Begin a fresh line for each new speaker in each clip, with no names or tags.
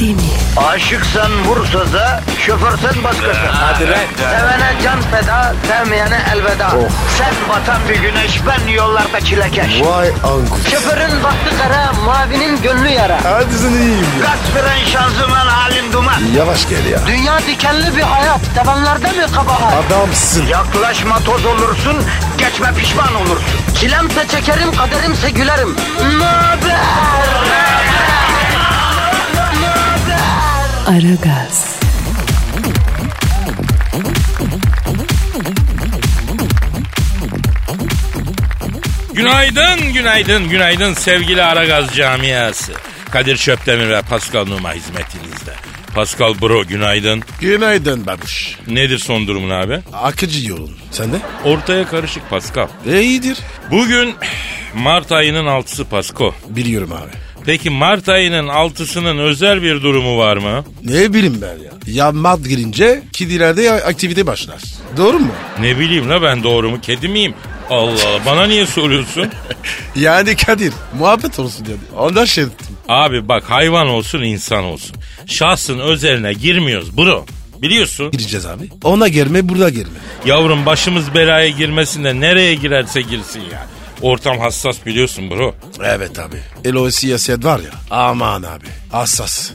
değil mi?
Aşıksan vursa da şoförsen başkasın. Hadi
lan. Oh.
Sevene can feda, sevmeyene elveda. Sen batan bir güneş, ben yollarda çilekeş.
Vay anku.
Şoförün baktı kara, mavinin gönlü yara.
Hadi sen iyiyim ya.
Kasperen şanzıman halin duman.
Yavaş gel ya.
Dünya dikenli bir hayat, sevenlerde mi kabahar?
Adamsın.
Yaklaşma toz olursun, geçme pişman olursun. Çilemse çekerim, kaderimse gülerim. Möber!
Aragaz,
Günaydın, günaydın, günaydın sevgili Aragaz camiası. Kadir Çöptemir ve Pascal Numa hizmetinizde. Pascal Bro günaydın.
Günaydın babuş.
Nedir son durumun abi?
Akıcı yolun. Sen de?
Ortaya karışık Pascal.
E iyidir.
Bugün Mart ayının altısı Pasko.
Biliyorum abi.
Peki Mart ayının altısının özel bir durumu var mı?
Ne bileyim ben ya. Ya mad girince kedilerde ya- aktivite başlar. Doğru mu?
Ne bileyim la ben doğru mu kedi miyim? Allah Allah bana niye soruyorsun?
Yani Kadir muhabbet olsun dedi. Ondan şey ettim.
Abi bak hayvan olsun insan olsun. Şahsın özeline girmiyoruz bro. Biliyorsun.
Gireceğiz abi. Ona gelme burada gelme.
Yavrum başımız belaya girmesin de nereye girerse girsin ya. Ortam hassas biliyorsun bro.
Evet abi. LOS siyaset var ya. Aman abi. Hassas.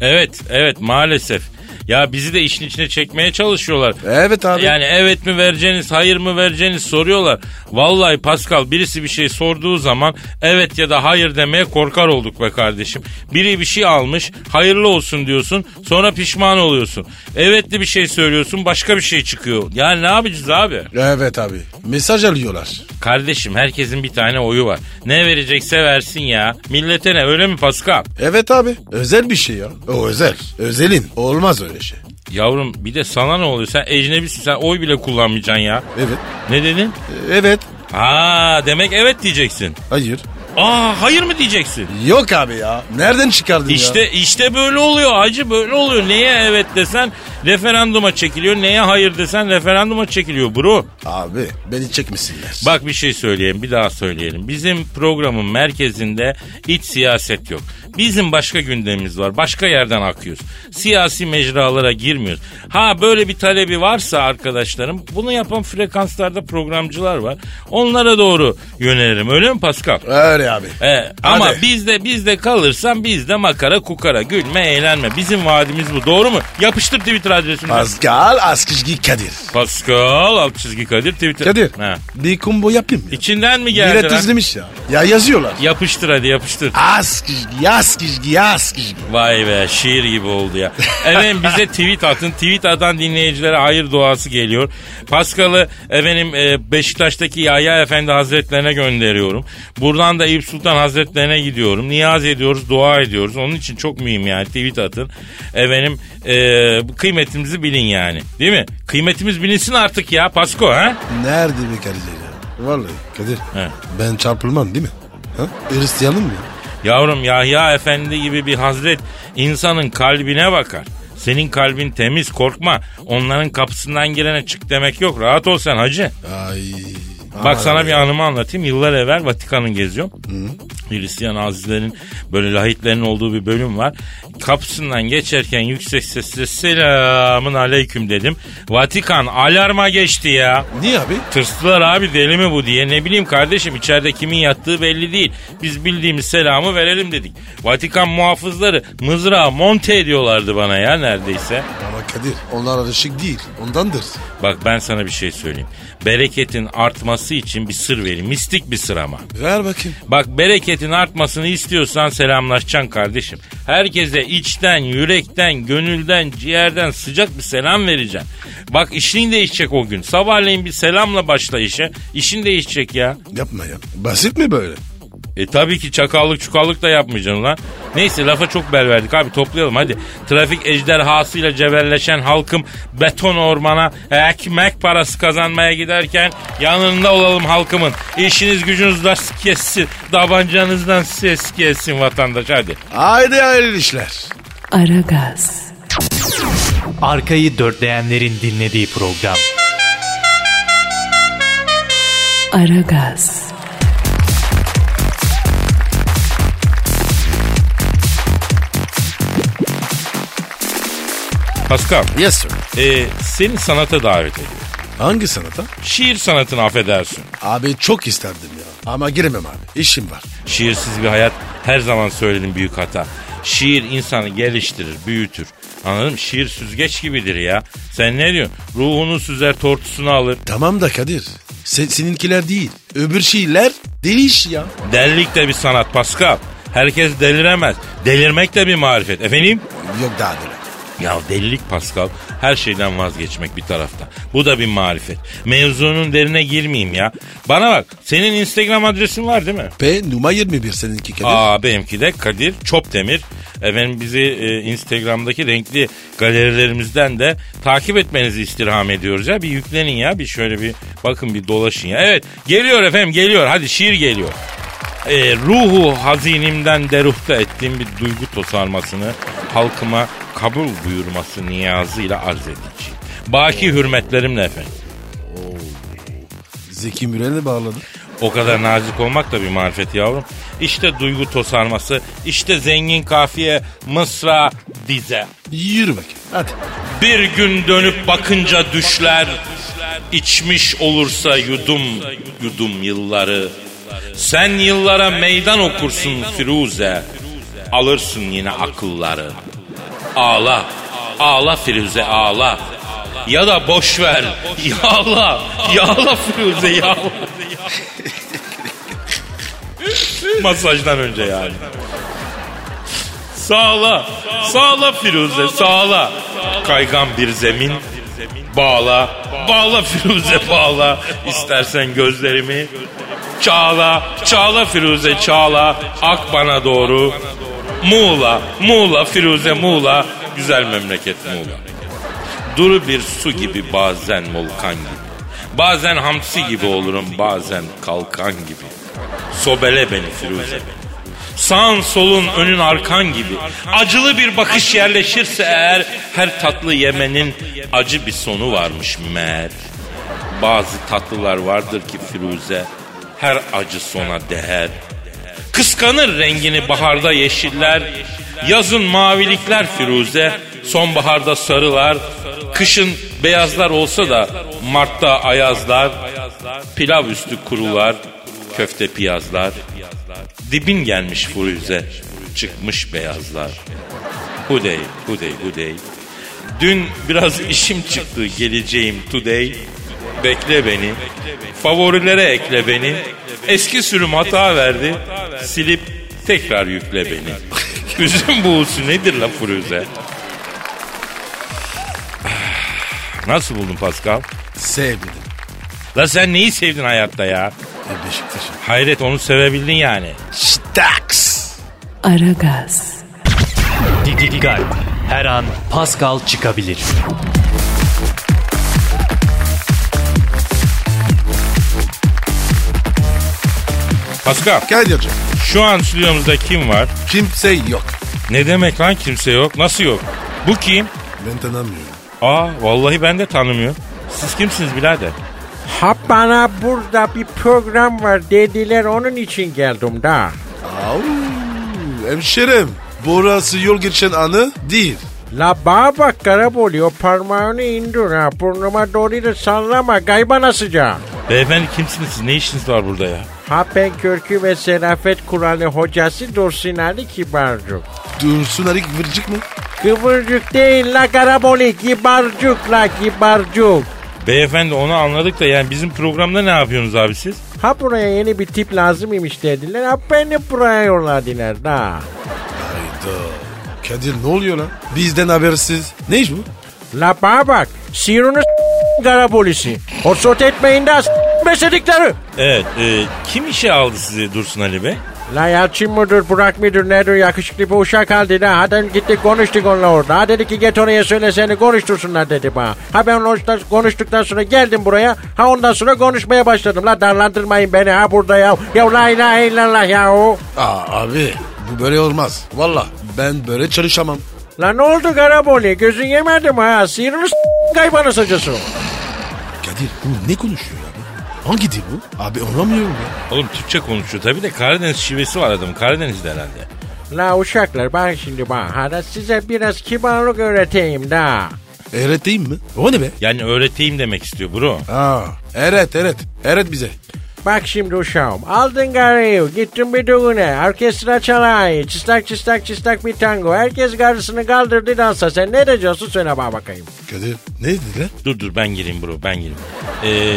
Evet evet maalesef. Ya bizi de işin içine çekmeye çalışıyorlar.
Evet E, abi.
Yani evet mi vereceğiniz, hayır mı vereceğiniz soruyorlar. Vallahi Pascal birisi bir şey sorduğu zaman evet ya da hayır demeye korkar olduk be kardeşim. Biri bir şey almış, hayırlı olsun diyorsun, sonra pişman oluyorsun. Evetli bir şey söylüyorsun, başka bir şey çıkıyor. Yani ne yapacağız abi?
Evet abi. Mesaj alıyorlar.
Kardeşim herkesin bir tane oyu var. Ne verecekse versin ya. Millete ne öyle mi Pascal?
Evet abi. Özel bir şey ya. O özel. Özelin. Olmaz öyle şey.
Yavrum bir de sana ne oluyor? Sen ecnebisin sen oy bile kullanmayacaksın ya.
Evet.
Ne dedin?
Evet.
Ha demek evet diyeceksin.
Hayır.
Aa hayır mı diyeceksin?
Yok abi ya. Nereden çıkardın
İşte
ya?
işte böyle oluyor hacı böyle oluyor. Neye evet desen referanduma çekiliyor. Neye hayır desen referanduma çekiliyor bro.
Abi beni çekmesinler.
Bak bir şey söyleyeyim bir daha söyleyelim. Bizim programın merkezinde iç siyaset yok. Bizim başka gündemimiz var. Başka yerden akıyoruz. Siyasi mecralara girmiyoruz. Ha böyle bir talebi varsa arkadaşlarım bunu yapan frekanslarda programcılar var. Onlara doğru yönelirim. Öyle mi Pascal?
Öyle abi.
Ee, ama
Hadi.
bizde bizde kalırsan bizde makara kukara gülme eğlenme. Bizim vaadimiz bu doğru mu? Yapıştır Twitter adresini.
Pascal Askışgi Kadir.
Pascal alt çizgi Kadir Twitter.
Kadir.
Ha.
Bir combo yapayım mı?
İçinden mi geldi?
Millet
lan?
izlemiş ya. Ya yazıyorlar.
Yapıştır hadi yapıştır.
Askışgi, Askışgi, Askışgi.
Vay be şiir gibi oldu ya. Efendim bize tweet atın. Tweet atan dinleyicilere hayır duası geliyor. Paskal'ı efendim e, Beşiktaş'taki Yahya Efendi Hazretlerine gönderiyorum. Buradan da Eyüp Sultan Hazretlerine gidiyorum. Niyaz ediyoruz, dua ediyoruz. Onun için çok mühim yani tweet atın. Efendim e, kıymetimizi bilin yani. Değil mi? Kıymetimiz bilinsin artık ya Pasko ha?
Nerede be Kadir ya? Vallahi Kadir.
He.
Ben çarpılmam değil mi? Ha? Hristiyanım mı?
Yavrum Yahya Efendi gibi bir hazret insanın kalbine bakar. Senin kalbin temiz korkma. Onların kapısından girene çık demek yok. Rahat ol sen hacı.
Ay.
Bak sana bir anımı anlatayım. Yıllar evvel Vatikan'ı geziyorum. Hristiyan azilerin böyle lahitlerin olduğu bir bölüm var. Kapısından geçerken yüksek sesle selamın aleyküm dedim. Vatikan alarma geçti ya.
Niye abi?
Tırstılar abi deli mi bu diye. Ne bileyim kardeşim içeride kimin yattığı belli değil. Biz bildiğimiz selamı verelim dedik. Vatikan muhafızları mızrağı monte ediyorlardı bana ya neredeyse.
Ama Kadir onlar alışık değil. Ondandır.
Bak ben sana bir şey söyleyeyim. Bereketin artması için bir sır vereyim. Mistik bir sır ama.
Ver bakayım.
Bak bereketin artmasını istiyorsan selamlaşacaksın kardeşim. Herkese içten, yürekten, gönülden, ciğerden sıcak bir selam vereceksin. Bak işin değişecek o gün. Sabahleyin bir selamla başla işe. İşin değişecek ya.
Yapma ya. Basit mi böyle?
E tabii ki çakallık çukallık da yapmayacaksın lan. Neyse lafa çok bel verdik abi toplayalım hadi. Trafik ejderhasıyla cebelleşen halkım beton ormana ekmek parası kazanmaya giderken yanında olalım halkımın. İşiniz gücünüz rast kessin. Tabancanızdan ses kessin vatandaş hadi.
Haydi hayırlı işler.
Aragaz,
Arkayı dörtleyenlerin dinlediği program.
Aragaz,
Pascal,
Yes sir.
e, seni sanata davet ediyorum.
Hangi sanata?
Şiir sanatını affedersin.
Abi çok isterdim ya. Ama giremem abi. İşim var.
Şiirsiz bir hayat her zaman söyledim büyük hata. Şiir insanı geliştirir, büyütür. Anladın mı? Şiir süzgeç gibidir ya. Sen ne diyorsun? Ruhunu süzer, tortusunu alır.
Tamam da Kadir. se- seninkiler değil. Öbür şeyler değiş ya.
Delilik de bir sanat Pascal. Herkes deliremez. Delirmek de bir marifet. Efendim?
Yok daha değil.
Ya delilik Pascal her şeyden vazgeçmek bir tarafta. Bu da bir marifet. Mevzunun derine girmeyeyim ya. Bana bak senin Instagram adresin var değil mi?
P numara 21 seninki Kadir.
Aa benimki de Kadir Çopdemir. Efendim bizi e, Instagram'daki renkli galerilerimizden de takip etmenizi istirham ediyoruz ya. Bir yüklenin ya bir şöyle bir bakın bir dolaşın ya. Evet geliyor efendim geliyor hadi şiir geliyor. E, ruhu hazinimden deruhta ettiğim bir duygu tosarmasını halkıma kabul buyurması niyazıyla arz edeceğim. Baki hürmetlerimle efendim.
Zeki Müren'e bağladı.
O kadar nazik olmak da bir marifet yavrum. İşte duygu tosarması, işte zengin kafiye, mısra, dize.
Yürü bakayım. Hadi.
Bir gün dönüp bakınca düşler, içmiş olursa yudum, yudum yılları. Sen yıllara meydan okursun Firuze, alırsın yine akılları. Ağla, ağla Firuze ağla. Ya da boş ver, yağla, yağla Firuze yağla. Masajdan önce yani. Sağla, sağla Firuze, sağla. Kaygan bir zemin, bağla, bağla Firuze bağla. İstersen gözlerimi, çağla, çağla Firuze çağla. Ak bana doğru, Muğla, Muğla Firuze Muğla. Güzel memleket Muğla. Duru bir su gibi bazen volkan gibi. Bazen hamsi gibi olurum, bazen kalkan gibi. Sobele beni Firuze. Sağın solun önün arkan gibi. Acılı bir bakış yerleşirse eğer her tatlı yemenin acı bir sonu varmış meğer. Bazı tatlılar vardır ki Firuze her acı sona değer. Kıskanır rengini baharda yeşiller, yazın mavilikler Firuze, sonbaharda sarılar, kışın beyazlar olsa da Mart'ta ayazlar, pilav üstü kurular, köfte piyazlar, dibin gelmiş Firuze, çıkmış beyazlar. Hudey, hudey, hudey. Dün biraz işim çıktı geleceğim today. Bekle beni. Favorilere ekle beni. Eski sürüm hata verdi. Silip tekrar yükle beni. Üzüm buğusu nedir la Firuze? Nasıl buldun Pascal?
Sevmedim.
La sen neyi sevdin hayatta ya?
E, Beşiktaş'ı.
Hayret onu sevebildin yani.
Staks.
Aragaz,
Didi Digal. Her an Pascal çıkabilir.
Pascal
Kadir'cim
şu an stüdyomuzda kim var?
kimse yok.
Ne demek lan kimse yok? Nasıl yok? Bu kim?
Ben tanımıyorum.
Aa vallahi ben de tanımıyorum. Siz kimsiniz birader?
Ha bana burada bir program var dediler onun için geldim da.
Au, hemşerim. Burası yol geçen anı değil.
La bana bak garip oluyor parmağını indir ha burnuma doğru da sallama kaybana sıcağı.
Beyefendi kimsiniz siz? Ne işiniz var burada ya?
Ha ben Körkü ve Serafet Kur'an'ı hocası Dursun Ali Kibarcık.
Dursun Ali Vırcık mı?
Kıvırcık değil la garaboli kibarcık la kibarcık.
Beyefendi onu anladık da yani bizim programda ne yapıyorsunuz abi siz?
Ha buraya yeni bir tip lazım imiş dediler. Ha beni buraya yolladılar da.
Hayda. Kadir ne oluyor lan? Bizden habersiz. Ne iş bu?
La bana bak. Sirunu s- garabolisi. Horsot etmeyin de s- besledikleri.
Evet e, kim işe aldı sizi Dursun Ali Bey?
La Yalçın mıdır, Burak mıdır, nedir, yakışıklı bir uşak aldı da. Hadi gittik konuştuk onunla orada. Ha dedi ki git oraya söyle seni konuştursunlar dedi bana. Ha ben onunla konuştuktan sonra geldim buraya. Ha ondan sonra konuşmaya başladım. La darlandırmayın beni ha burada ya. Ya la ilahe illallah ya o.
Aa abi bu böyle olmaz. Valla ben böyle çalışamam.
La ne oldu Karaboli? Gözün yemedi mi ha? Sihirli s- kaybanı sacısı.
Kadir bu ne konuşuyor abi? Hangi dil bu? Abi anlamıyorum ya.
Oğlum Türkçe konuşuyor tabii de Karadeniz şivesi var adamın Karadeniz'de herhalde.
La uşaklar bak şimdi bana. Hadi size biraz kibarlık öğreteyim da.
Öğreteyim mi? O ne be?
Yani öğreteyim demek istiyor bro.
Aa, evet evet. Evet bize.
Bak şimdi uşağım. Aldın garayı, gittin bir düğüne, orkestra çalayı, çistak çistak çistak bir tango. Herkes garısını kaldırdı dansa. Sen ne diyorsun söyle bana bakayım.
Kadir ne dedi lan?
Dur dur ben gireyim bro ben gireyim. Ee,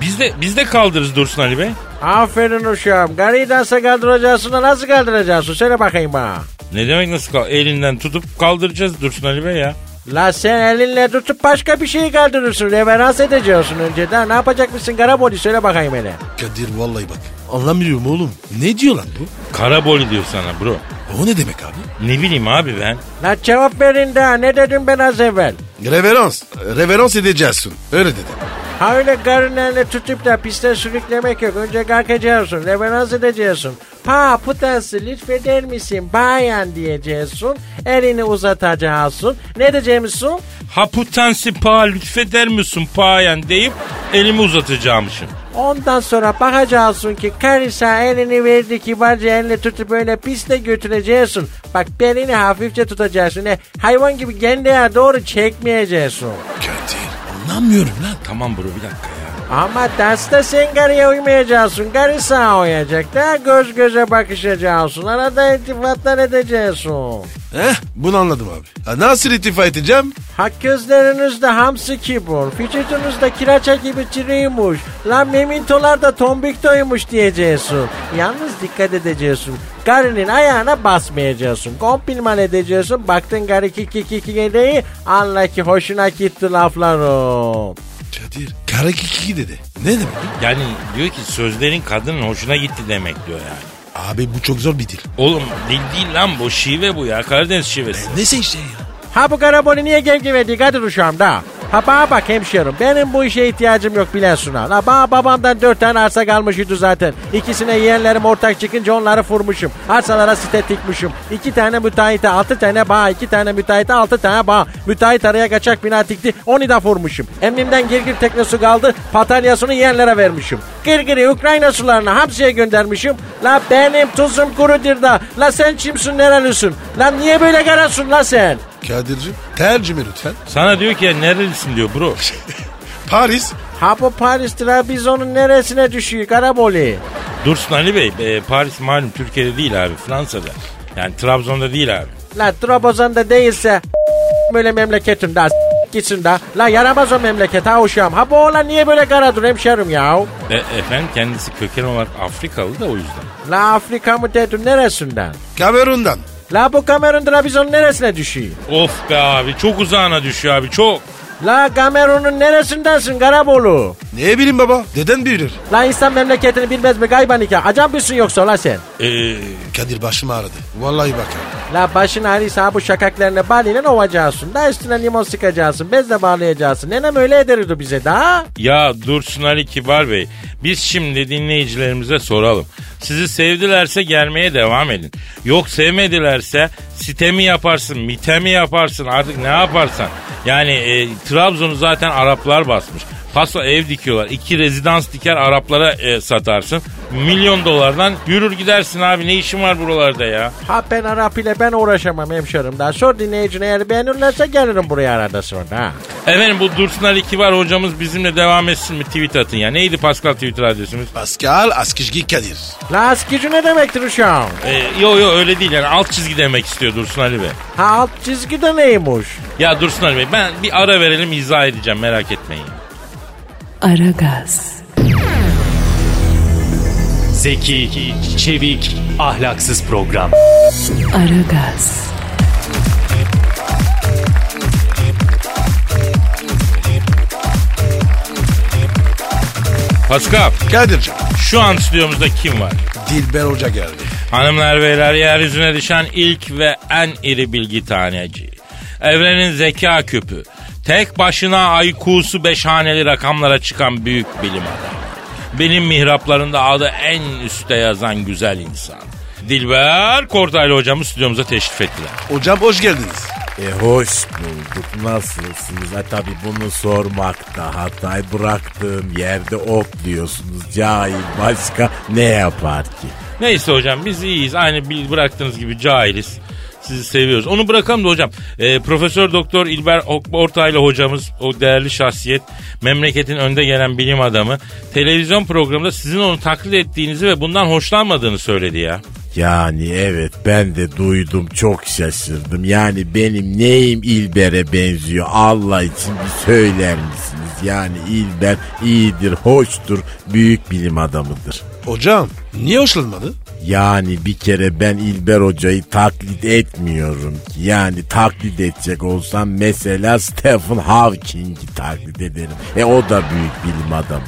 biz de biz de kaldırırız Dursun Ali Bey.
Aferin uşağım. Garıyı dansa kaldıracaksın da nasıl kaldıracaksın söyle bakayım bana.
Ne demek nasıl kal- elinden tutup kaldıracağız Dursun Ali Bey ya.
La sen elinle tutup başka bir şeyi kaldırırsın. Reverans edeceksin önceden. Ne yapacak mısın Garaboli söyle bakayım hele.
Kadir vallahi bak. Anlamıyorum oğlum. Ne diyor lan bu?
Karaboli diyor sana bro.
O ne demek abi?
Ne bileyim abi ben.
La cevap verin daha ne dedim ben az evvel.
Reverans. Reverans edeceksin. Öyle dedi.
Ha öyle garın eline tutup da piste sürüklemek yok. Önce kalkacaksın, reverans edeceksin. Pa putası lütfeder misin bayan diyeceksin. Elini uzatacaksın. Ne diyeceksin?
Haputansi pa lütfeder misin payan deyip elimi uzatacağımışım.
Ondan sonra bakacaksın ki karısa elini verdi kibarca elini tutup öyle piste götüreceksin. Bak belini hafifçe tutacaksın. E, hayvan gibi kendine doğru çekmeyeceksin.
Kadir anlamıyorum lan.
Tamam bro bir dakika ya.
Ama derste sen karıya uymayacaksın. Karı sana uyacak da göz göze bakışacaksın. Arada iltifatlar edeceksin.
Heh bunu anladım abi. Ha, nasıl istifa edeceğim?
Hak gözlerinizde hamsi kibur, vücudunuzda kiraça gibi çiriymiş, la memintolar da tombiktoymuş diyeceksin. Yalnız dikkat edeceksin, karının ayağına basmayacaksın, kompliman edeceksin, baktın karı ki ki ki ki gedeyi, anla ki hoşuna gitti lafların.
Kadir kara kiki dedi. Ne demek? bu?
Yani diyor ki sözlerin kadının hoşuna gitti demek diyor yani.
Abi bu çok zor bir dil.
Oğlum dil değil lan bu şive bu ya Karadeniz şivesi.
Neyse işte ya.
Ha bu karabonu niye gemgimedi Kadir uşağım da? Ha bana bak hemşerim benim bu işe ihtiyacım yok bilen ha. La bana babamdan dört tane arsa kalmışydı zaten. İkisine yeğenlerim ortak çıkınca onları vurmuşum. Arsalara site dikmişim. İki tane müteahhite altı tane bağ, iki tane müteahhite altı tane bağ. Müteahhit araya kaçak bina dikti onu da vurmuşum. Emrimden girgir teknosu kaldı patalyasını yeğenlere vermişim. Girgiri Ukrayna sularına hapsiye göndermişim. La benim tuzum kurudur da. La sen kimsin nerelisin? La niye böyle kararsın la sen?
Kadir'cim tercüme lütfen.
Sana diyor ki ya nerelisin diyor bro.
Paris.
Ha bu Paris Trabzon'un neresine düşüyor Karaboli?
Dursun Ali Bey e, Paris malum Türkiye'de değil abi Fransa'da. Yani Trabzon'da değil abi.
La Trabzon'da değilse böyle memleketim daha gitsin da. La yaramaz o memleket ha uşağım. Ha bu oğlan niye böyle karadır hemşerim ya?
E, efendim kendisi köken olarak Afrikalı da o yüzden.
La Afrika mı dedim neresinden?
Kamerun'dan.
La bu Kamerun Trabzon'un neresine düşüyor?
Of be abi çok uzağına düşüyor abi çok.
La Kamerun'un neresindensin Karabolu?
Ne bileyim baba. Neden bilir?
La insan memleketini bilmez mi gayban hikaye? Acan mısın yoksa la sen?
E,
Kadir başım ağrıdı. Vallahi bak abi.
La başın ağrıysa bu şakaklarını baliyle ovacaksın. Da üstüne limon sıkacaksın. Bezle bağlayacaksın. Nenem öyle ederdi bize daha.
ya Dursun Ali Kibar Bey biz şimdi dinleyicilerimize soralım. Sizi sevdilerse gelmeye devam edin. Yok sevmedilerse sitemi yaparsın, mitemi yaparsın artık ne yaparsan. Yani e, Trabzon'u zaten Araplar basmış. Paso ev dikiyorlar. İki rezidans diker Araplara e, satarsın. Milyon dolardan yürür gidersin abi ne işin var buralarda ya.
Ha ben Arap ile ben uğraşamam hemşerim daha. Sor dinleyicine eğer beğenirlerse gelirim buraya arada sonra. ha.
Efendim bu Dursun Ali Kibar hocamız bizimle devam etsin mi tweet atın ya. Neydi Pascal Twitter adresimiz?
Pascal Askizgi Kadir.
La askici ne demektir uşağım?
Ee, yo yo öyle değil yani alt çizgi demek istiyor Dursun Ali Bey.
Ha alt çizgi de neymiş?
Ya Dursun Ali Bey ben bir ara verelim izah edeceğim merak etmeyin.
Aragaz,
Zeki, çevik, ahlaksız program.
Aragaz,
Pascal
Kadir'cim.
şu an stüdyomuzda kim var?
Dilber Hoca geldi.
Hanımlar beyler yeryüzüne düşen ilk ve en iri bilgi taneci. Evrenin zeka küpü. Tek başına IQ'su beş haneli rakamlara çıkan büyük bilim adamı. Benim mihraplarında adı en üste yazan güzel insan. Dilber Kortaylı hocamı stüdyomuza teşrif ettiler.
Hocam hoş geldiniz.
E hoş bulduk nasılsınız? Ha tabi bunu sormakta hatay bıraktığım yerde ok diyorsunuz. Cahil başka ne yapar ki?
Neyse hocam biz iyiyiz. Aynı bil- bıraktığınız gibi cahiliz. sizi seviyoruz. Onu bırakalım da hocam. E, Profesör Doktor İlber Ok- Ortaylı hocamız o değerli şahsiyet memleketin önde gelen bilim adamı televizyon programında sizin onu taklit ettiğinizi ve bundan hoşlanmadığını söyledi ya.
Yani evet ben de duydum çok şaşırdım. Yani benim neyim İlber'e benziyor Allah için bir söyler misiniz? Yani İlber iyidir, hoştur, büyük bilim adamıdır.
Hocam niye hoşlanmadı?
Yani bir kere ben İlber Hoca'yı taklit etmiyorum ki. Yani taklit edecek olsam mesela Stephen Hawking'i taklit ederim. E o da büyük bilim adamı.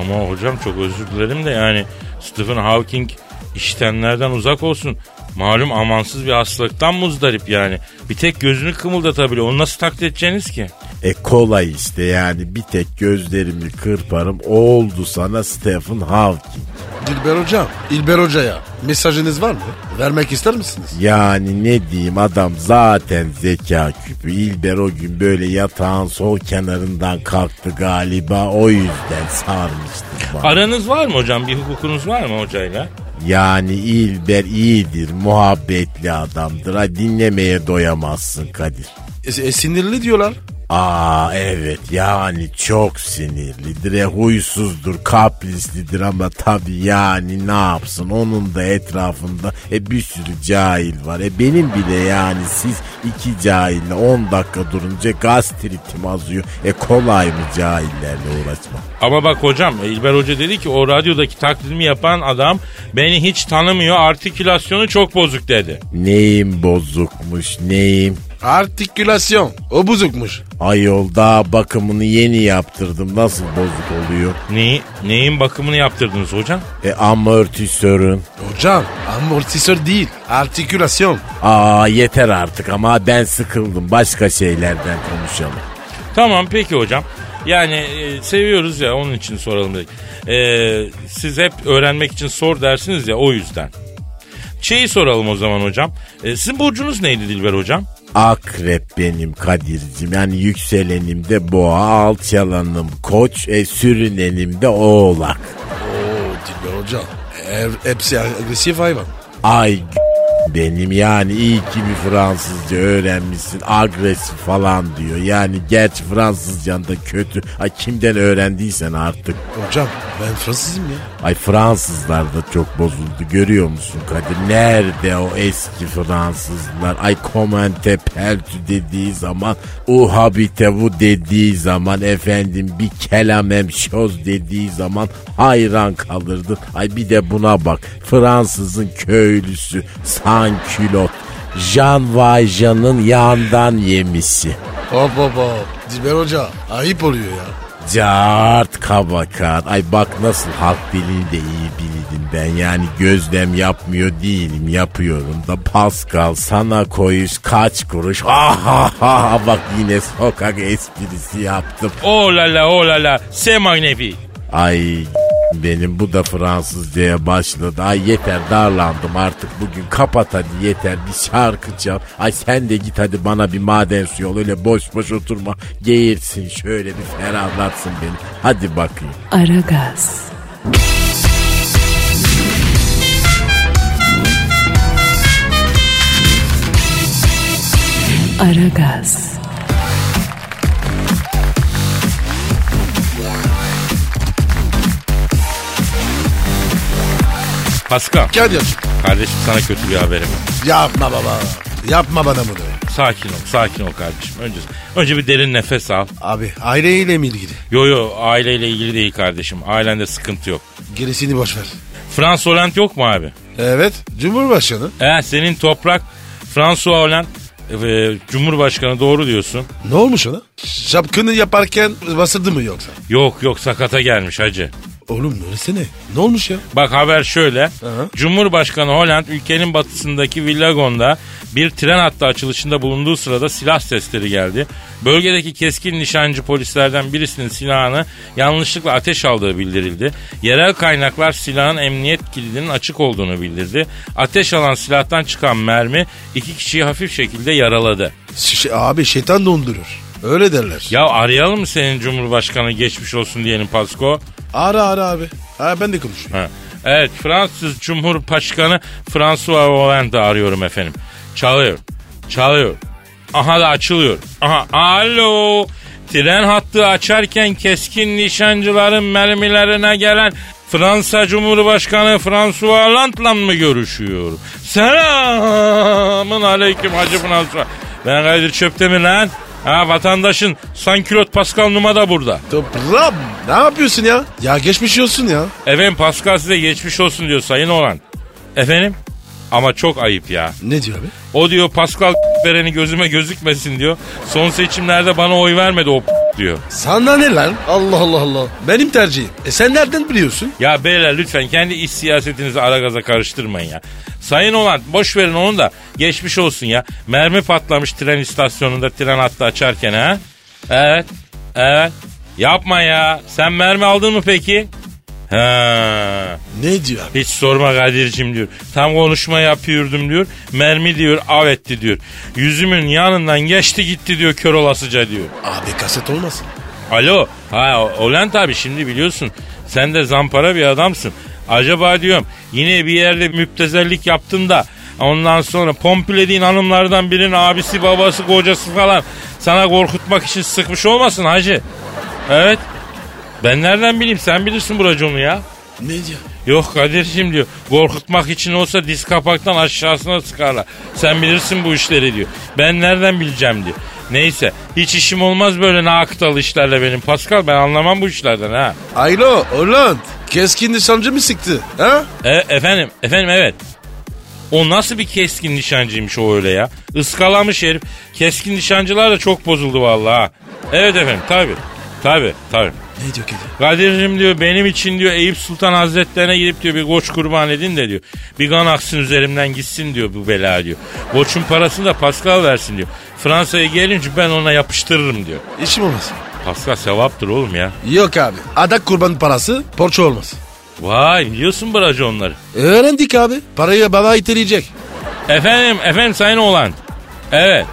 Ama hocam çok özür dilerim de yani Stephen Hawking iştenlerden uzak olsun. Malum amansız bir hastalıktan muzdarip yani. Bir tek gözünü kımıldatabiliyor. Onu nasıl taklit edeceğiniz ki?
E kolay işte yani bir tek gözlerimi kırparım oldu sana Stephen Hawking.
İlber Hocam, İlber Hoca'ya mesajınız var mı? Vermek ister misiniz?
Yani ne diyeyim adam zaten zeka küpü. İlber o gün böyle yatağın sol kenarından kalktı galiba o yüzden sarmıştı bana.
Aranız var mı hocam? Bir hukukunuz var mı hocayla?
Yani İlber iyidir, muhabbetli adamdır. Ha, dinlemeye doyamazsın Kadir.
E, e, sinirli diyorlar.
Aa evet yani çok sinirlidir, e, huysuzdur, kaprislidir ama tabii yani ne yapsın onun da etrafında e, bir sürü cahil var. E, benim bile yani siz iki cahille 10 dakika durunca gastritim azıyor. E kolay mı cahillerle uğraşmak?
Ama bak hocam İlber Hoca dedi ki o radyodaki taklidimi yapan adam beni hiç tanımıyor artikülasyonu çok bozuk dedi.
Neyim bozukmuş neyim?
Artikülasyon. O bozukmuş.
Ayol daha bakımını yeni yaptırdım nasıl bozuk oluyor?
Neyi, neyin bakımını yaptırdınız hocam?
E amortisörün.
Hocam amortisör değil. Artikülasyon.
Aa yeter artık ama ben sıkıldım başka şeylerden konuşalım.
Tamam peki hocam. Yani e, seviyoruz ya onun için soralım dedik. E, siz hep öğrenmek için sor dersiniz ya o yüzden. Şeyi soralım o zaman hocam. E, sizin burcunuz neydi Dilber hocam?
Akrep benim Kadir'cim yani yükselenim de boğa alçalanım koç e, sürünenim de oğlak.
Oo İlber Hocam. E, hepsi agresif hayvan.
Ay g- benim yani iyi ki bir Fransızca öğrenmişsin agresif falan diyor. Yani gerçi Fransızcan da kötü. Ay kimden öğrendiysen artık.
Hocam ben Fransızım ya.
Ay Fransızlar da çok bozuldu görüyor musun Kadir? Nerede o eski Fransızlar? Ay komente pertü dediği zaman, u habite bu dediği zaman, efendim bir kelamem şoz dediği zaman hayran kalırdın. Ay bir de buna bak. Fransızın köylüsü, sankülot, Jean Valjean'ın yandan yemisi.
Hop hop hop. İlber Hoca ayıp oluyor ya.
Cart kabakat. Ay bak nasıl halk dilini de iyi bildim ben. Yani gözlem yapmıyor değilim yapıyorum da. Pascal sana koyuş kaç kuruş. Ha ha ha bak yine sokak esprisi yaptım.
Oh la la oh la la. C'est magnifique.
Ay benim bu da Fransızcaya başladı. Ay yeter darlandım artık bugün. Kapat hadi yeter bir şarkı çal. Ay sen de git hadi bana bir maden suyu ol. Öyle boş boş oturma. Geğirsin şöyle bir ferahlatsın beni. Hadi bakayım.
Aragaz, Aragaz,
Pascal
Kadir
kardeşim sana kötü bir haberim var.
yapma baba. Yapma bana bunu.
Sakin ol sakin ol kardeşim. Önce, önce bir derin nefes al.
Abi aileyle mi ilgili?
Yo yo aileyle ilgili değil kardeşim. Ailende sıkıntı yok.
Gerisini boş ver.
Frans Hollande yok mu abi?
Evet Cumhurbaşkanı.
Ee, senin toprak François Hollande e, Cumhurbaşkanı doğru diyorsun.
Ne olmuş ona? Şapkını yaparken basıldı mı yoksa?
Yok yok sakata gelmiş hacı.
Oğlum ne? Ne olmuş ya?
Bak haber şöyle.
hı.
Cumhurbaşkanı Hollande ülkenin batısındaki Villagon'da bir tren hattı açılışında bulunduğu sırada silah sesleri geldi. Bölgedeki keskin nişancı polislerden birisinin silahını yanlışlıkla ateş aldığı bildirildi. Yerel kaynaklar silahın emniyet kilidinin açık olduğunu bildirdi. Ateş alan silahtan çıkan mermi iki kişiyi hafif şekilde yaraladı.
Şi- abi şeytan dondurur. Öyle derler.
Ya arayalım mı senin Cumhurbaşkanı geçmiş olsun diyelim Pasko?
Ara ara abi. Ha, ben de konuşuyorum.
Ha. Evet Fransız Cumhurbaşkanı François Hollande'ı arıyorum efendim. Çalıyor. Çalıyor. Aha da açılıyor. Aha alo. Tren hattı açarken keskin nişancıların mermilerine gelen Fransa Cumhurbaşkanı François Hollande'la mı görüşüyor? Selamın aleyküm Hacı François. Ben Kadir Çöptemir lan. Ha vatandaşın Sankilot Pascal Numa da burada.
Toplam ne yapıyorsun ya? Ya geçmiş olsun ya.
Efendim Pascal size geçmiş olsun diyor Sayın Olan. Efendim? Ama çok ayıp ya.
Ne diyor abi?
O diyor Pascal vereni gözüme gözükmesin diyor. Son seçimlerde bana oy vermedi o diyor.
Sana ne lan? Allah Allah Allah. Benim tercihim. E sen nereden biliyorsun?
Ya beyler lütfen kendi iç siyasetinizi ara gaza karıştırmayın ya. Sayın olan boş verin onu da geçmiş olsun ya. Mermi patlamış tren istasyonunda tren hattı açarken ha. Evet. Evet. Yapma ya. Sen mermi aldın mı peki? Ha.
Ne diyor abi?
Hiç sorma Kadir'cim diyor. Tam konuşma yapıyordum diyor. Mermi diyor av etti diyor. Yüzümün yanından geçti gitti diyor kör olasıca diyor.
Abi kaset olmasın.
Alo. Ha Olent abi şimdi biliyorsun. Sen de zampara bir adamsın. Acaba diyorum yine bir yerde müptezellik yaptın da ondan sonra pompilediğin hanımlardan birinin abisi babası kocası falan sana korkutmak için sıkmış olmasın hacı. Evet. Ben nereden bileyim sen bilirsin buraconu ya.
Ne diyor?
Yok Kadir'cim diyor korkutmak için olsa diz kapaktan aşağısına sıkarlar. Sen bilirsin bu işleri diyor. Ben nereden bileceğim diyor. Neyse hiç işim olmaz böyle nakıtalı işlerle benim. Pascal ben anlamam bu işlerden ha.
Alo Holland. Keskin nişancı mı sıktı? Ha?
E, efendim efendim evet. O nasıl bir keskin nişancıymış o öyle ya. Iskalamış herif. Keskin nişancılar da çok bozuldu vallahi. ha. Evet efendim tabi. Tabi tabi.
Ne diyor kedi?
Kadir'cim diyor benim için diyor Eyüp Sultan Hazretlerine gidip diyor bir koç kurban edin de diyor. Bir kan aksın üzerimden gitsin diyor bu bela diyor. Koçun parasını da Pascal versin diyor. Fransa'ya gelince ben ona yapıştırırım diyor.
İşim olmaz.
Pascal sevaptır oğlum ya.
Yok abi. Adak kurban parası porçu olmaz.
Vay biliyorsun bracı onları.
Öğrendik abi. Parayı baba iteleyecek.
Efendim efendim sayın oğlan. Evet.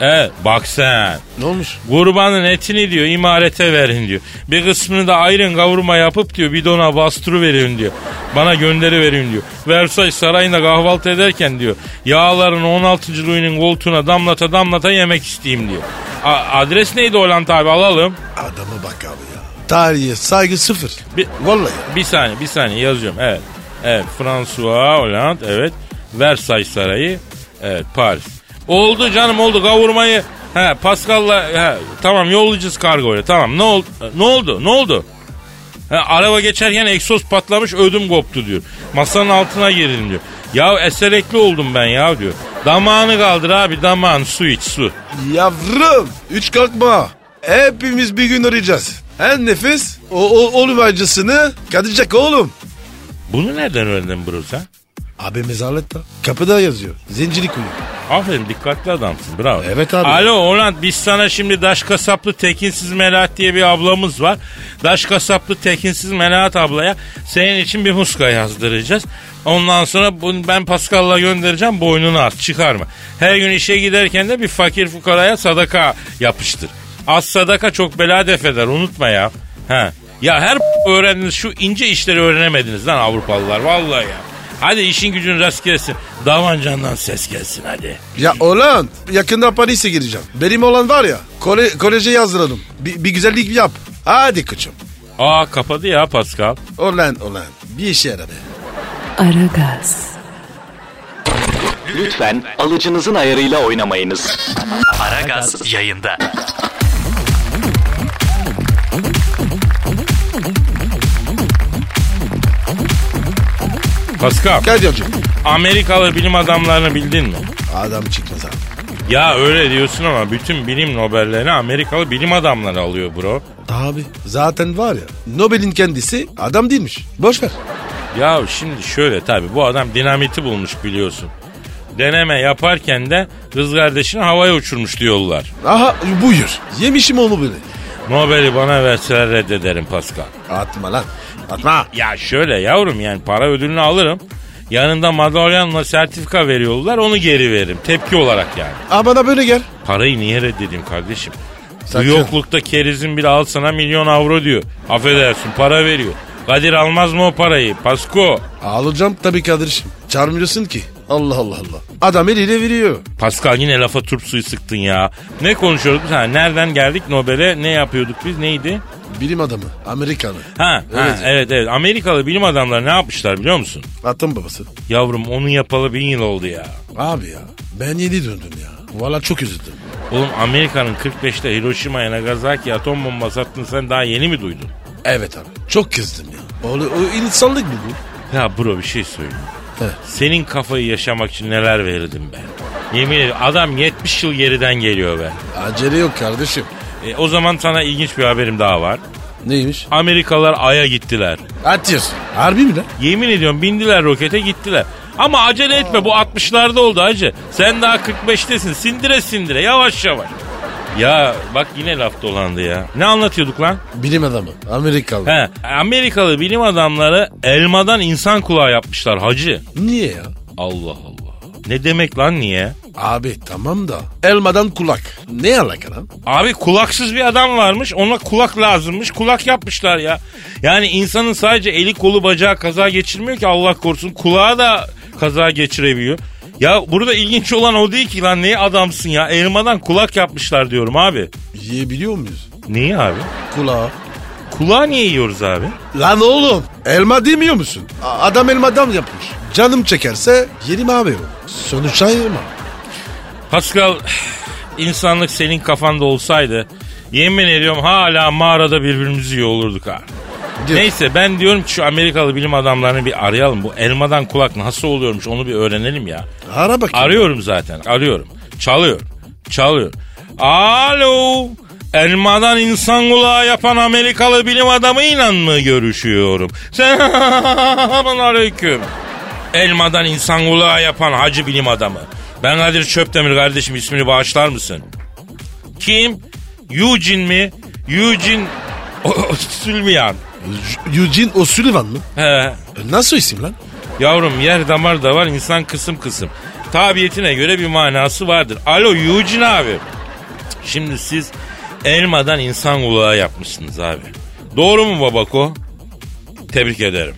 Evet bak sen.
Ne olmuş?
Kurbanın etini diyor imarete verin diyor. Bir kısmını da ayrın kavurma yapıp diyor bidona bastırı verin diyor. Bana gönderi verin diyor. Versailles sarayında kahvaltı ederken diyor. Yağların 16. Louis'nin koltuğuna damlata damlata yemek isteyeyim diyor. A- adres neydi Hollanda abi alalım.
Adama bak abi ya. Tarihe saygı sıfır.
Bir-
Vallahi.
Bir saniye bir saniye yazıyorum evet. Evet François Hollande evet. Versailles Sarayı evet Paris. Oldu canım oldu kavurmayı. He Pascal'la he, tamam yollayacağız kargoyla tamam ne oldu ne oldu ne oldu? He, araba geçerken egzoz patlamış ödüm koptu diyor. Masanın altına girdim diyor. Ya eserekli oldum ben ya diyor. Damağını kaldır abi damağın su iç su.
Yavrum. Üç kalkma. Hepimiz bir gün arayacağız. En nefis o, o oğlum acısını kadacak oğlum.
Bunu nereden öğrendin bro sen?
Abi mezarlıkta. Kapıda yazıyor. Zincirli kuyu.
Aferin dikkatli adamsın bravo.
Evet abi.
Alo Orhan biz sana şimdi Daş Kasaplı Tekinsiz Melahat diye bir ablamız var. Daş Kasaplı Tekinsiz Melahat ablaya senin için bir muska yazdıracağız. Ondan sonra bunu ben Pascal'la göndereceğim boynunu at çıkarma. Her gün işe giderken de bir fakir fukaraya sadaka yapıştır. Az sadaka çok bela def eder unutma ya. Ha. Ya her öğrendiniz şu ince işleri öğrenemediniz lan Avrupalılar vallahi ya. Hadi işin gücün rast gelsin. Davancandan ses gelsin hadi.
Ya olan yakında Paris'e gireceğim. Benim olan var ya kole, koleje yazdıralım. Bir, bir güzellik yap. Hadi koçum.
Aa kapadı ya Pascal.
Olan olan bir işe yara be.
Aragaz,
Lütfen alıcınızın ayarıyla oynamayınız.
Aragaz yayında.
Pascal,
Kadir'cim.
Amerikalı bilim adamlarını bildin mi?
Adam çıkmaz abi.
Ya öyle diyorsun ama bütün bilim Nobel'lerini Amerikalı bilim adamları alıyor bro.
Abi zaten var ya Nobel'in kendisi adam değilmiş. Boş ver.
Ya şimdi şöyle tabii bu adam dinamiti bulmuş biliyorsun. Deneme yaparken de kız kardeşini havaya uçurmuş diyorlar.
Aha buyur. Yemişim onu böyle.
Nobel'i bana verseler reddederim Pascal.
Atma lan. Atma.
Ya şöyle yavrum yani para ödülünü alırım. Yanında madalyonla sertifika veriyorlar onu geri veririm. Tepki olarak yani.
Aa, bana böyle gel.
Parayı niye reddedeyim kardeşim? Bu
Sakın.
yoklukta kerizin bile al sana milyon avro diyor. Affedersin para veriyor. Kadir almaz mı o parayı? Pasko.
Ağlayacağım tabii Kadir'cim. Çağırmıyorsun ki. Allah Allah Allah. Adam eliyle veriyor.
Pascal yine lafa turp suyu sıktın ya. Ne konuşuyorduk biz? Ha, nereden geldik Nobel'e? Ne yapıyorduk biz? Neydi?
Bilim adamı. Amerikanı.
Ha,
Öyle
ha
diyor.
evet evet. Amerikalı bilim adamları ne yapmışlar biliyor musun?
Atın babası.
Yavrum onu yapalı bin yıl oldu ya.
Abi ya ben yeni döndüm ya. Valla çok üzüldüm.
Oğlum Amerika'nın 45'te Hiroşima'ya Nagasaki atom bombası attığını sen daha yeni mi duydun?
Evet abi çok kızdım ya. Oğlum o insanlık mı bu?
Ya bro bir şey söyleyeyim.
He.
Senin kafayı yaşamak için neler verirdim be. Yemin ederim adam 70 yıl geriden geliyor be.
Acele yok kardeşim.
E, o zaman sana ilginç bir haberim daha var.
Neymiş?
Amerikalılar Ay'a gittiler.
Atıyorsun. Harbi mi lan?
Yemin ediyorum bindiler rokete gittiler. Ama acele etme bu 60'larda oldu hacı. Sen daha 45'tesin sindire sindire yavaş yavaş. Ya bak yine laf dolandı ya. Ne anlatıyorduk lan?
Bilim adamı. Amerikalı.
He, Amerikalı bilim adamları elmadan insan kulağı yapmışlar hacı.
Niye ya?
Allah Allah. Ne demek lan niye?
Abi tamam da elmadan kulak. Ne alaka lan?
Abi kulaksız bir adam varmış ona kulak lazımmış kulak yapmışlar ya. Yani insanın sadece eli kolu bacağı kaza geçirmiyor ki Allah korusun kulağı da kaza geçirebiliyor. Ya burada ilginç olan o değil ki lan neye adamsın ya elmadan kulak yapmışlar diyorum abi.
Yiyebiliyor muyuz?
Niye abi?
Kulağı.
Kulağı niye yiyoruz abi?
Lan oğlum elma demiyor musun? A- adam elmadan yapmış. Canım çekerse yerim abi o. Sonuçta yerim abi.
Pascal insanlık senin kafanda olsaydı yemin ediyorum hala mağarada birbirimizi yiyor olurduk ha.
Diyor.
Neyse ben diyorum ki şu Amerikalı bilim adamlarını bir arayalım. Bu elmadan kulak nasıl oluyormuş onu bir öğrenelim ya.
Ara bak.
Arıyorum zaten arıyorum. Çalıyor. Çalıyor. Alo. Elmadan insan kulağı yapan Amerikalı bilim adamıyla mı görüşüyorum? Selamun aleyküm. Elmadan insan kulağı yapan hacı bilim adamı. Ben Kadir Çöptemir kardeşim ismini bağışlar mısın? Kim? Eugene mi? Eugene Sülmiyan.
Eugene O'Sullivan mı?
He.
E, Nasıl isim lan?
Yavrum yer damar da var insan kısım kısım. Tabiyetine göre bir manası vardır. Alo Yucin abi. Şimdi siz elmadan insan kulağı yapmışsınız abi. Doğru mu babako? Tebrik ederim.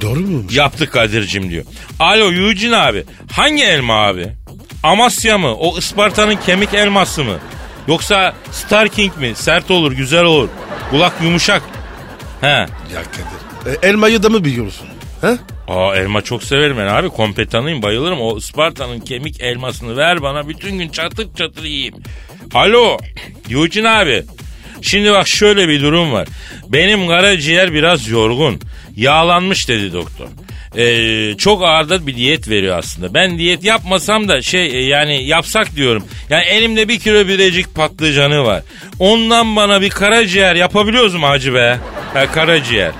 Doğru mu?
Yaptık Kadir'cim diyor. Alo Yucin abi. Hangi elma abi? Amasya mı? O Isparta'nın kemik elması mı? Yoksa Star King mi? Sert olur, güzel olur. Kulak yumuşak. He.
Ya Kadir. E, elmayı da mı biliyorsun? He?
Aa elma çok severim ben abi. Kompetanıyım bayılırım. O Isparta'nın kemik elmasını ver bana. Bütün gün çatır çatır yiyeyim. Alo. Yucin abi. Şimdi bak şöyle bir durum var. Benim karaciğer biraz yorgun. Yağlanmış dedi doktor. Ee, çok ağırda bir diyet veriyor aslında. Ben diyet yapmasam da şey e, yani yapsak diyorum. Yani elimde bir kilo birecik patlıcanı var. Ondan bana bir karaciğer yapabiliyoruz mu hacı be? Ha, karaciğer.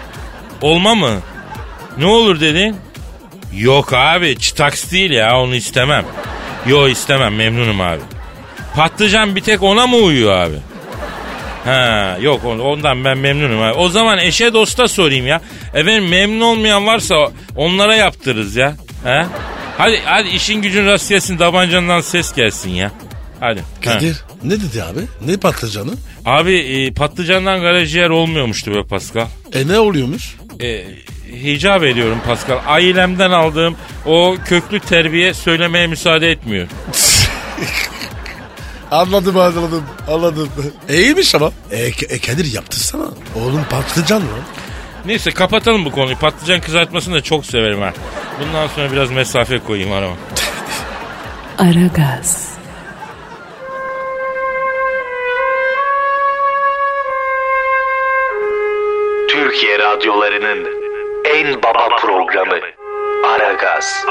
Olma mı? Ne olur dedin? Yok abi çıtaks değil ya onu istemem. Yo istemem memnunum abi. Patlıcan bir tek ona mı uyuyor abi? Ha yok on- ondan ben memnunum abi. O zaman eşe dosta sorayım ya. Efendim memnun olmayan varsa onlara yaptırırız ya. Ha? Hadi hadi işin gücün rast gelsin tabancandan ses gelsin ya. Hadi. Ha.
Kadir. Ne dedi abi? Ne patlıcanı?
Abi e, patlıcandan garajiyer olmuyormuştu be Pascal.
E ne oluyormuş?
e, hicap ediyorum Pascal. Ailemden aldığım o köklü terbiye söylemeye müsaade etmiyor.
Anladım anladım anladım. E, iyiymiş ama. E, e Kadir yaptırsana. Oğlum patlıcan lan.
Neyse kapatalım bu konuyu. Patlıcan kızartmasını da çok severim ha. Bundan sonra biraz mesafe koyayım arama.
Aragaz,
Türkiye radyolarının en baba programı Aragaz.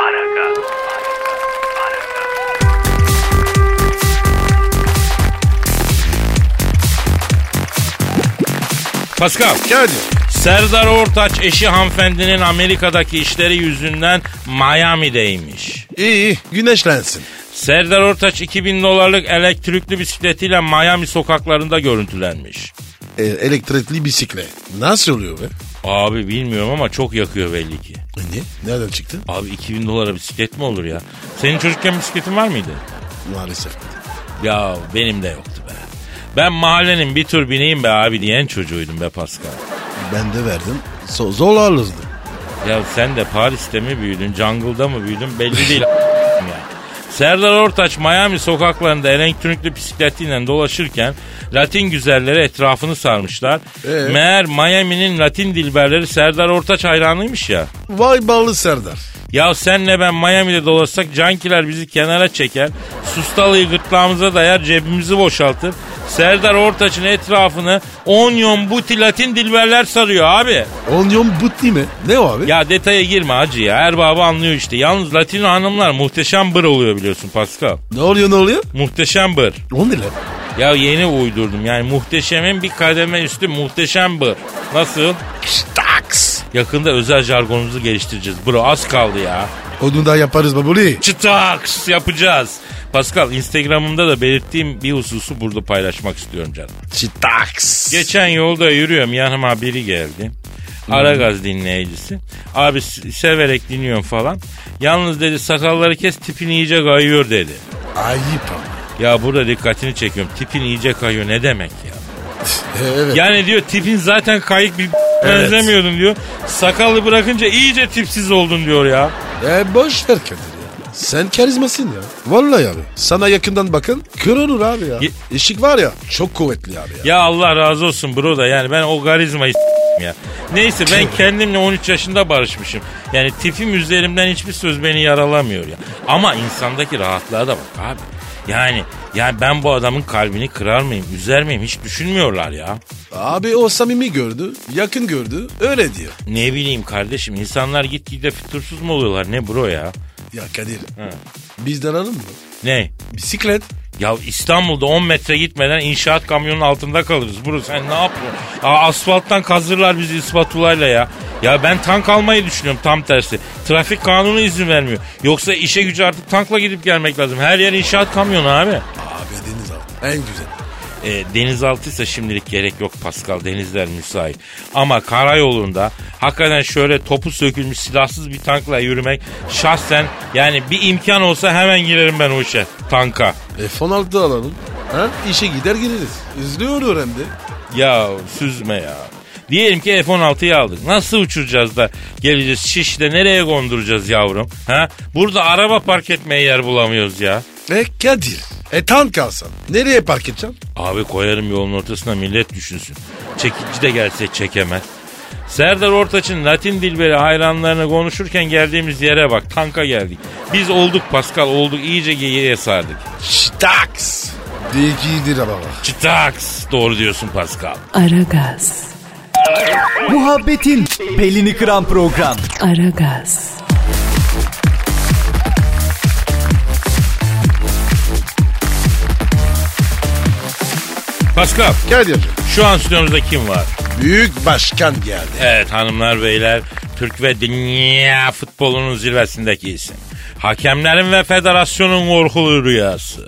Pascal,
Kadir.
Serdar Ortaç eşi hanımefendinin Amerika'daki işleri yüzünden Miami'deymiş.
İyi iyi güneşlensin.
Serdar Ortaç 2000 dolarlık elektrikli bisikletiyle Miami sokaklarında görüntülenmiş.
E, elektrikli bisiklet. Nasıl oluyor be?
Abi bilmiyorum ama çok yakıyor belli ki.
E, ne? Nereden çıktı?
Abi 2000 dolara bisiklet mi olur ya? Senin çocukken bisikletin var mıydı?
Maalesef.
Ya benim de yoktu be. Ben mahallenin bir tur bineyim be abi diyen çocuğuydum be Pascal.
Ben de verdim. So- zor alırdı.
Ya sen de Paris'te mi büyüdün, jungle'da mı büyüdün belli değil ya. Serdar Ortaç Miami sokaklarında erenk tünüklü bisikletiyle dolaşırken Latin güzelleri etrafını sarmışlar.
Ee?
Meğer Miami'nin Latin dilberleri Serdar Ortaç hayranıymış ya.
Vay ballı Serdar.
Ya senle ben Miami'de dolaşsak cankiler bizi kenara çeker. Sustalıyı gırtlağımıza dayar cebimizi boşaltır. Serdar Ortaç'ın etrafını onyon buti Latin dilberler sarıyor abi.
Onion but değil mi? Ne o abi?
Ya detaya girme hacı ya. Erbabı anlıyor işte. Yalnız Latino hanımlar muhteşem bır oluyor biliyorsun Pascal.
Ne oluyor ne oluyor?
Muhteşem bır.
O ne lan?
Ya yeni uydurdum yani muhteşemin bir kademe üstü muhteşem bır. Nasıl?
Staks.
Yakında özel jargonumuzu geliştireceğiz bro az kaldı ya.
Onu da yaparız babuli.
Çıtaks yapacağız. Pascal Instagram'ımda da belirttiğim bir hususu burada paylaşmak istiyorum canım.
Çıtaks.
Geçen yolda yürüyorum yanıma biri geldi.
Hmm.
Aragaz dinleyicisi. Abi s- severek dinliyorum falan. Yalnız dedi sakalları kes tipini iyice kayıyor dedi.
Ayıp abi.
Ya burada dikkatini çekiyorum. Tipin iyice kayıyor ne demek ya?
Evet.
Yani diyor tipin zaten kayık bir benzemiyordun diyor. Sakallı bırakınca iyice tipsiz oldun diyor ya.
E, boş ver Kadir ya. Sen karizmasın ya. Vallahi abi. Sana yakından bakın. Kör olur abi ya.
Ye-
Işık var ya. Çok kuvvetli abi ya.
Ya Allah razı olsun bro da yani ben o garizmayı s**tim ya. Neyse ben kendimle 13 yaşında barışmışım. Yani tipim üzerimden hiçbir söz beni yaralamıyor ya. Ama insandaki rahatlığa da bak abi. Yani yani ben bu adamın kalbini kırar mıyım, üzer miyim hiç düşünmüyorlar ya.
Abi o samimi gördü. Yakın gördü. Öyle diyor.
Ne bileyim kardeşim insanlar gitgide fütursuz mu oluyorlar ne bro ya?
Ya Kadir.
He.
Biz alalım mı?
Ne?
Bisiklet.
Ya İstanbul'da 10 metre gitmeden inşaat kamyonun altında kalırız. Bro sen ne yapıyorsun? Aa, asfalttan kazırlar bizi ispatulayla ya. Ya ben tank almayı düşünüyorum tam tersi. Trafik kanunu izin vermiyor. Yoksa işe gücü artık tankla gidip gelmek lazım. Her yer inşaat kamyonu abi.
Abi deniz altı. En güzel.
E, denizaltıysa şimdilik gerek yok Pascal. Denizler müsait. Ama karayolunda hakikaten şöyle topu sökülmüş silahsız bir tankla yürümek şahsen yani bir imkan olsa hemen girerim ben o işe tanka.
F-16 E, alalım. Ha? İşe gider gireriz. Üzülüyor hem de.
Ya süzme ya. Diyelim ki F-16'yı aldık. Nasıl uçuracağız da geleceğiz Şişli'de nereye konduracağız yavrum? Ha? Burada araba park etmeye yer bulamıyoruz ya.
E Kadir. E tank alsan. Nereye park edeceksin?
Abi koyarım yolun ortasına millet düşünsün. Çekici de gelse çekemez. Serdar Ortaç'ın Latin Dilberi hayranlarını konuşurken geldiğimiz yere bak tanka geldik. Biz olduk Pascal olduk iyice geyiğe sardık.
Şitaks. Değildir baba.
Çıtaks doğru diyorsun Pascal.
Aragaz,
Muhabbetin belini kıran program.
Aragaz,
Pascal
Kadir.
şu an stüdyomuzda kim var?
Büyük başkan geldi.
Evet hanımlar beyler Türk ve dünya futbolunun zirvesindeki isim. Hakemlerin ve federasyonun korkulu rüyası.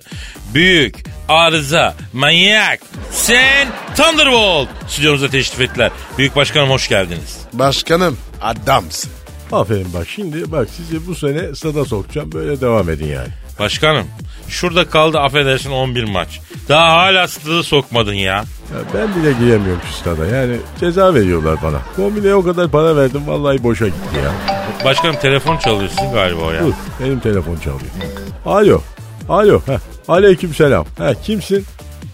Büyük, arıza, manyak, sen Thunderbolt stüdyomuza teşrif ettiler. Büyük başkanım hoş geldiniz.
Başkanım adamsın.
Aferin bak şimdi bak sizi bu sene sada sokacağım böyle devam edin yani.
Başkanım şurada kaldı affedersin 11 maç. Daha hala stadı sokmadın ya.
Ya ben bile giremiyorum şu stada yani ceza veriyorlar bana. Kombineye o kadar para verdim vallahi boşa gitti ya.
Başkanım telefon çalıyorsun galiba ya.
Dur benim telefon çalıyor. Alo alo heh. aleyküm selam. Ha, kimsin?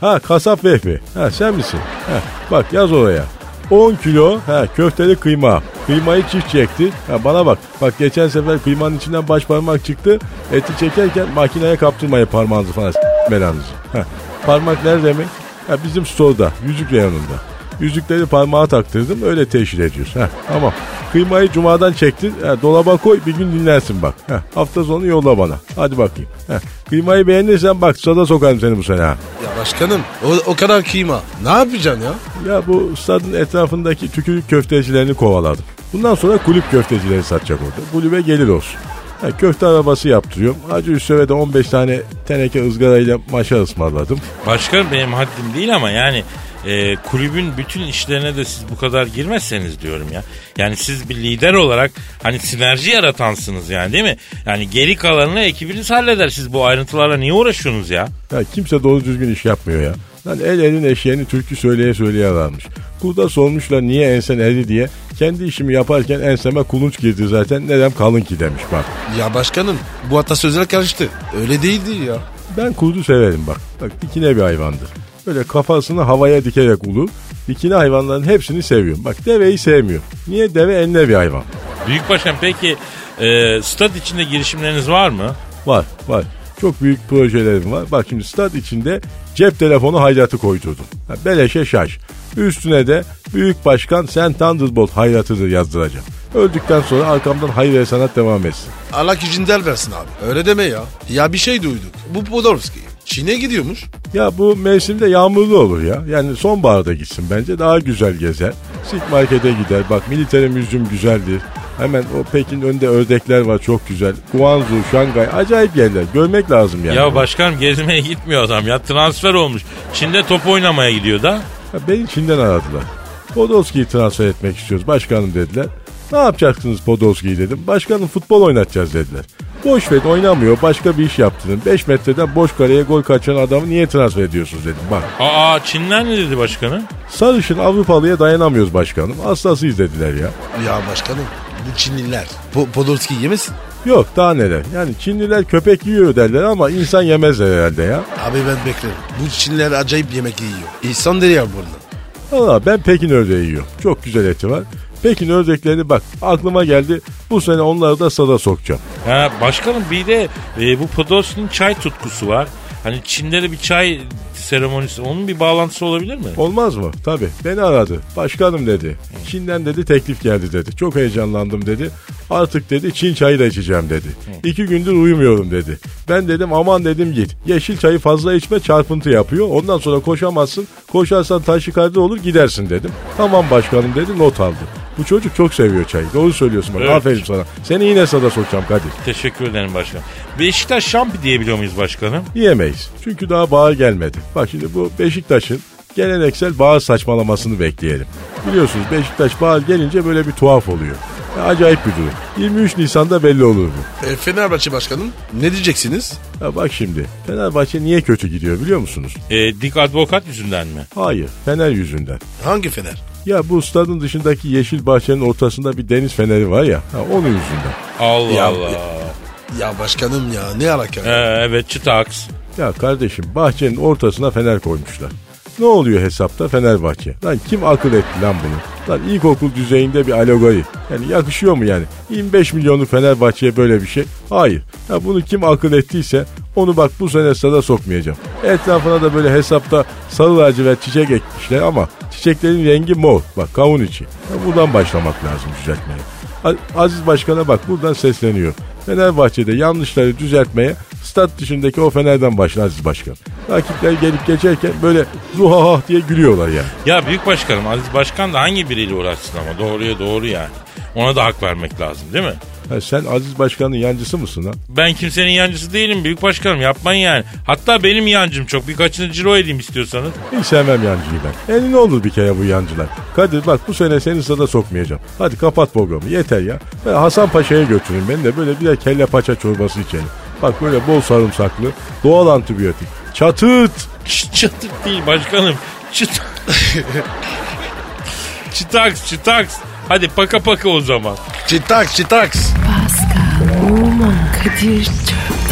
Ha kasap Vehbi. Ha sen misin? Ha, bak yaz oraya. 10 kilo ha, köfteli kıyma. Kıymayı çift çekti. Ha, bana bak. Bak geçen sefer kıymanın içinden baş parmak çıktı. Eti çekerken makineye kaptırmayın parmağınızı falan. s- Belanızı. Ha, parmak nerede mi? Ha, bizim store'da. Yüzük reyonunda. Yüzükleri parmağa taktırdım öyle teşhir ediyorsun. Heh, tamam. Kıymayı cumadan çektin. Heh, dolaba koy bir gün dinlersin bak. Heh, hafta sonu yolla bana. Hadi bakayım. Heh, kıymayı beğenirsen bak sada sokarım seni bu sene. ha.
Ya başkanım o, o kadar kıyma. Ne yapacaksın ya?
Ya bu stadın etrafındaki tükürük köftecilerini kovaladım. Bundan sonra kulüp köftecileri satacak orada. Kulübe gelir olsun. Ha, köfte arabası yaptırıyorum. Hacı Üssev'e de 15 tane teneke ızgarayla maşa ısmarladım.
Başkanım benim haddim değil ama yani e, kulübün bütün işlerine de siz bu kadar girmezseniz diyorum ya. Yani siz bir lider olarak hani sinerji yaratansınız yani değil mi? Yani geri kalanını ekibiniz halleder. Siz bu ayrıntılarla niye uğraşıyorsunuz ya?
Ya kimse doğru düzgün iş yapmıyor ya. Lan el elin eşeğini türkü söyleye söyleye varmış. Burada sormuşlar niye ensen eri diye. Kendi işimi yaparken enseme kulunç girdi zaten. Neden kalın ki demiş bak.
Ya başkanım bu atasözler karıştı. Öyle değildi ya.
Ben kurdu severim bak. Bak dikine bir hayvandır. Böyle kafasını havaya dikerek ulu. Dikine hayvanların hepsini seviyorum. Bak deveyi sevmiyorum. Niye deve eline bir hayvan?
Büyük başkan peki e, stat içinde girişimleriniz var mı?
Var var. Çok büyük projelerim var. Bak şimdi stat içinde cep telefonu hayratı koydurdum. Ha, beleşe şaş. Üstüne de Büyük Başkan Sen Thunderbolt hayratıdır yazdıracağım. Öldükten sonra arkamdan hayır ve sanat devam etsin.
Allah gücünden versin abi. Öyle deme ya. Ya bir şey duyduk. Bu Podorski Çin'e gidiyormuş.
Ya bu mevsimde yağmurlu olur ya. Yani sonbaharda gitsin bence daha güzel gezer. Sik markete gider. Bak militerim yüzüm güzeldir. Hemen o Pekin önünde ördekler var çok güzel. Guangzhou, Şangay acayip yerler. Görmek lazım yani.
Ya başkanım gezmeye gitmiyor adam ya transfer olmuş. Çin'de top oynamaya gidiyor da.
Ha, beni Çin'den aradılar. Podolski'yi transfer etmek istiyoruz başkanım dediler. Ne yapacaksınız Podolski'yi dedim. Başkanım futbol oynatacağız dediler. Boş ver oynamıyor başka bir iş yaptırın. 5 metreden boş kareye gol kaçan adamı niye transfer ediyorsunuz dedim bak.
Aa Çinler ne dedi başkanım?
Sarışın Avrupalı'ya dayanamıyoruz başkanım. Hastasıyız dediler ya.
Ya başkanım bu Çinliler. Po- Podolski yemesin.
Yok daha neler. Yani Çinliler köpek yiyor derler ama insan yemezler herhalde ya.
Abi ben beklerim. Bu Çinliler acayip yemek yiyor. İnsan der ya burada.
Valla ben Pekin ördeği yiyorum. Çok güzel eti var. Pekin ördeklerini bak aklıma geldi. Bu sene onları da sada sokacağım.
Ha, başkanım bir de e, bu Podolski'nin çay tutkusu var. Hani Çin'de de bir çay seremonisi. Onun bir bağlantısı olabilir mi?
Olmaz mı? Tabii. Beni aradı. Başkanım dedi. Çin'den dedi teklif geldi dedi. Çok heyecanlandım dedi. Artık dedi Çin çayı da içeceğim dedi. İki gündür uyumuyorum dedi. Ben dedim aman dedim git. Yeşil çayı fazla içme çarpıntı yapıyor. Ondan sonra koşamazsın. Koşarsan taşikardi olur gidersin dedim. Tamam başkanım dedi not aldı. Bu çocuk çok seviyor çayı. Doğru söylüyorsun bak.
Evet.
Aferin sana. Seni yine sada sokacağım Kadir.
Teşekkür ederim başkanım. Beşiktaş şampi diyebiliyor muyuz başkanım?
Yiyemeyiz. Çünkü daha bahar gelmedi. Bak şimdi bu Beşiktaş'ın geleneksel bahar saçmalamasını bekleyelim. Biliyorsunuz Beşiktaş bahar gelince böyle bir tuhaf oluyor. Ya acayip bir durum. 23 Nisan'da belli olur bu.
E, Fenerbahçe başkanım ne diyeceksiniz?
Ya bak şimdi Fenerbahçe niye kötü gidiyor biliyor musunuz?
E, Dik Advokat yüzünden mi?
Hayır Fener yüzünden.
Hangi Fener?
Ya bu stadın dışındaki yeşil bahçenin ortasında bir deniz feneri var ya ha, onun yüzünden.
Allah
Ya-
Allah.
Ya başkanım ya ne alaka?
Ee, evet çıtaks.
Ya kardeşim bahçenin ortasına fener koymuşlar. Ne oluyor hesapta Fenerbahçe? Lan kim akıl etti lan bunu? Lan ilkokul düzeyinde bir alegori. Yani yakışıyor mu yani? 25 milyonu Fenerbahçe'ye böyle bir şey? Hayır. Ya bunu kim akıl ettiyse onu bak bu sene sada sokmayacağım. Etrafına da böyle hesapta sarı lacivert çiçek ekmişler ama çiçeklerin rengi mor. Bak kavun içi. Ya buradan başlamak lazım düzeltmeye. A- Aziz Başkan'a bak buradan sesleniyor. Fenerbahçe'de yanlışları düzeltmeye Stat dışındaki o Fener'den başla Aziz Başkan. Rakipler gelip geçerken böyle ruhahah diye gülüyorlar yani.
Ya Büyük Başkanım Aziz Başkan da hangi biriyle uğraşsın ama doğruya doğru yani. Ona da hak vermek lazım değil mi?
Ha, sen Aziz Başkan'ın yancısı mısın lan?
Ben kimsenin yancısı değilim Büyük Başkanım yapmayın yani. Hatta benim yancım çok birkaçını ciro edeyim istiyorsanız.
Hiç sevmem yancıyı ben. Elin olur bir kere bu yancılar. Kadir bak bu sene seni sırada sokmayacağım. Hadi kapat programı yeter ya. Ben Hasan Paşa'ya götürün beni de böyle birer kelle paça çorbası içelim. Bak böyle bol sarımsaklı, doğal antibiyotik. Çatıt!
Ç- Çatık değil başkanım. Çıt... çıtaks çıtaks. Hadi paka paka o zaman.
Çitaks çitaks.
Pascal, Oman, Kadir çok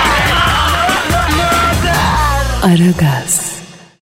Aragaz.